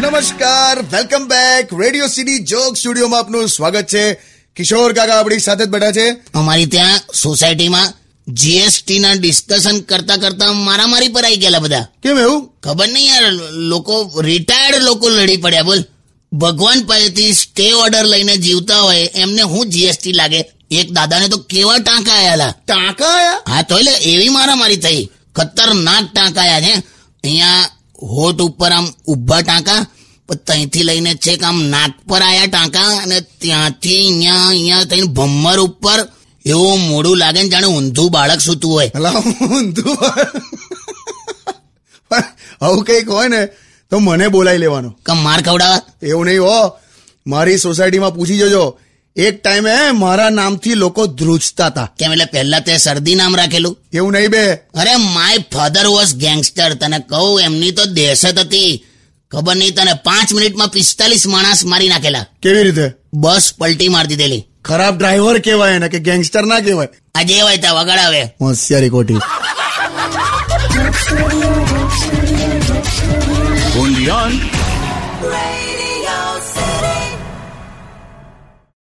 નમસ્કાર welcome back radio city joke સ્ટુડિયોમાં આપનું સ્વાગત છે કિશોર કાકા આપણી સાથે જ બેઠા છે અમારી ત્યાં સોસાયટીમાં જીએસટી ના ડિસ્કશન કરતા કરતા મારામારી પર આવી ગયેલા બધા કેમ એવું ખબર નહીં યાર લોકો રિટાયર્ડ લોકો લડી પડ્યા બોલ ભગવાન પાસેથી સ્ટે ઓર્ડર લઈને જીવતા હોય એમને હું જીએસટી લાગે એક દાદાને તો કેવા ટાંકા આયેલા ટાંકા આયા હા તો એટલે એવી મારામારી થઈ ખતરનાક ટાંકા આયા છે અહીંયા હોઠ ઉપર આમ ઊભા ટાંકા પણ ત્યાંથી લઈને છેક આમ નાક પર આયા ટાંકા અને ત્યાંથી અહીંયા અહીંયા થઈને ભમર ઉપર એવું મોડું લાગે ને જાણે ઊંધું બાળક સૂતું હોય અલા ઊંધું પણ આવું કંઈક હોય ને તો મને બોલાઈ લેવાનો કે માર ખવડાવા એવું નહીં હો મારી સોસાયટીમાં પૂછી જજો એક ટાઈમે મારા નામથી લોકો ધ્રુજતા હતા કેમ એટલે પહેલા તે સરદી નામ રાખેલું એવું નહીં બે અરે માય ફાધર વોઝ ગેંગસ્ટર તને કહું એમની તો દહેશત હતી ખબર નહીં તને પાંચ મિનિટમાં પિસ્તાલીસ માણસ મારી નાખેલા કેવી રીતે બસ પલટી મારી દીધેલી ખરાબ ડ્રાઈવર કહેવાય એને કે ગેંગસ્ટર ના કહેવાય આજે હોય ત્યાં વગાડાવે હોશિયારી ખોટી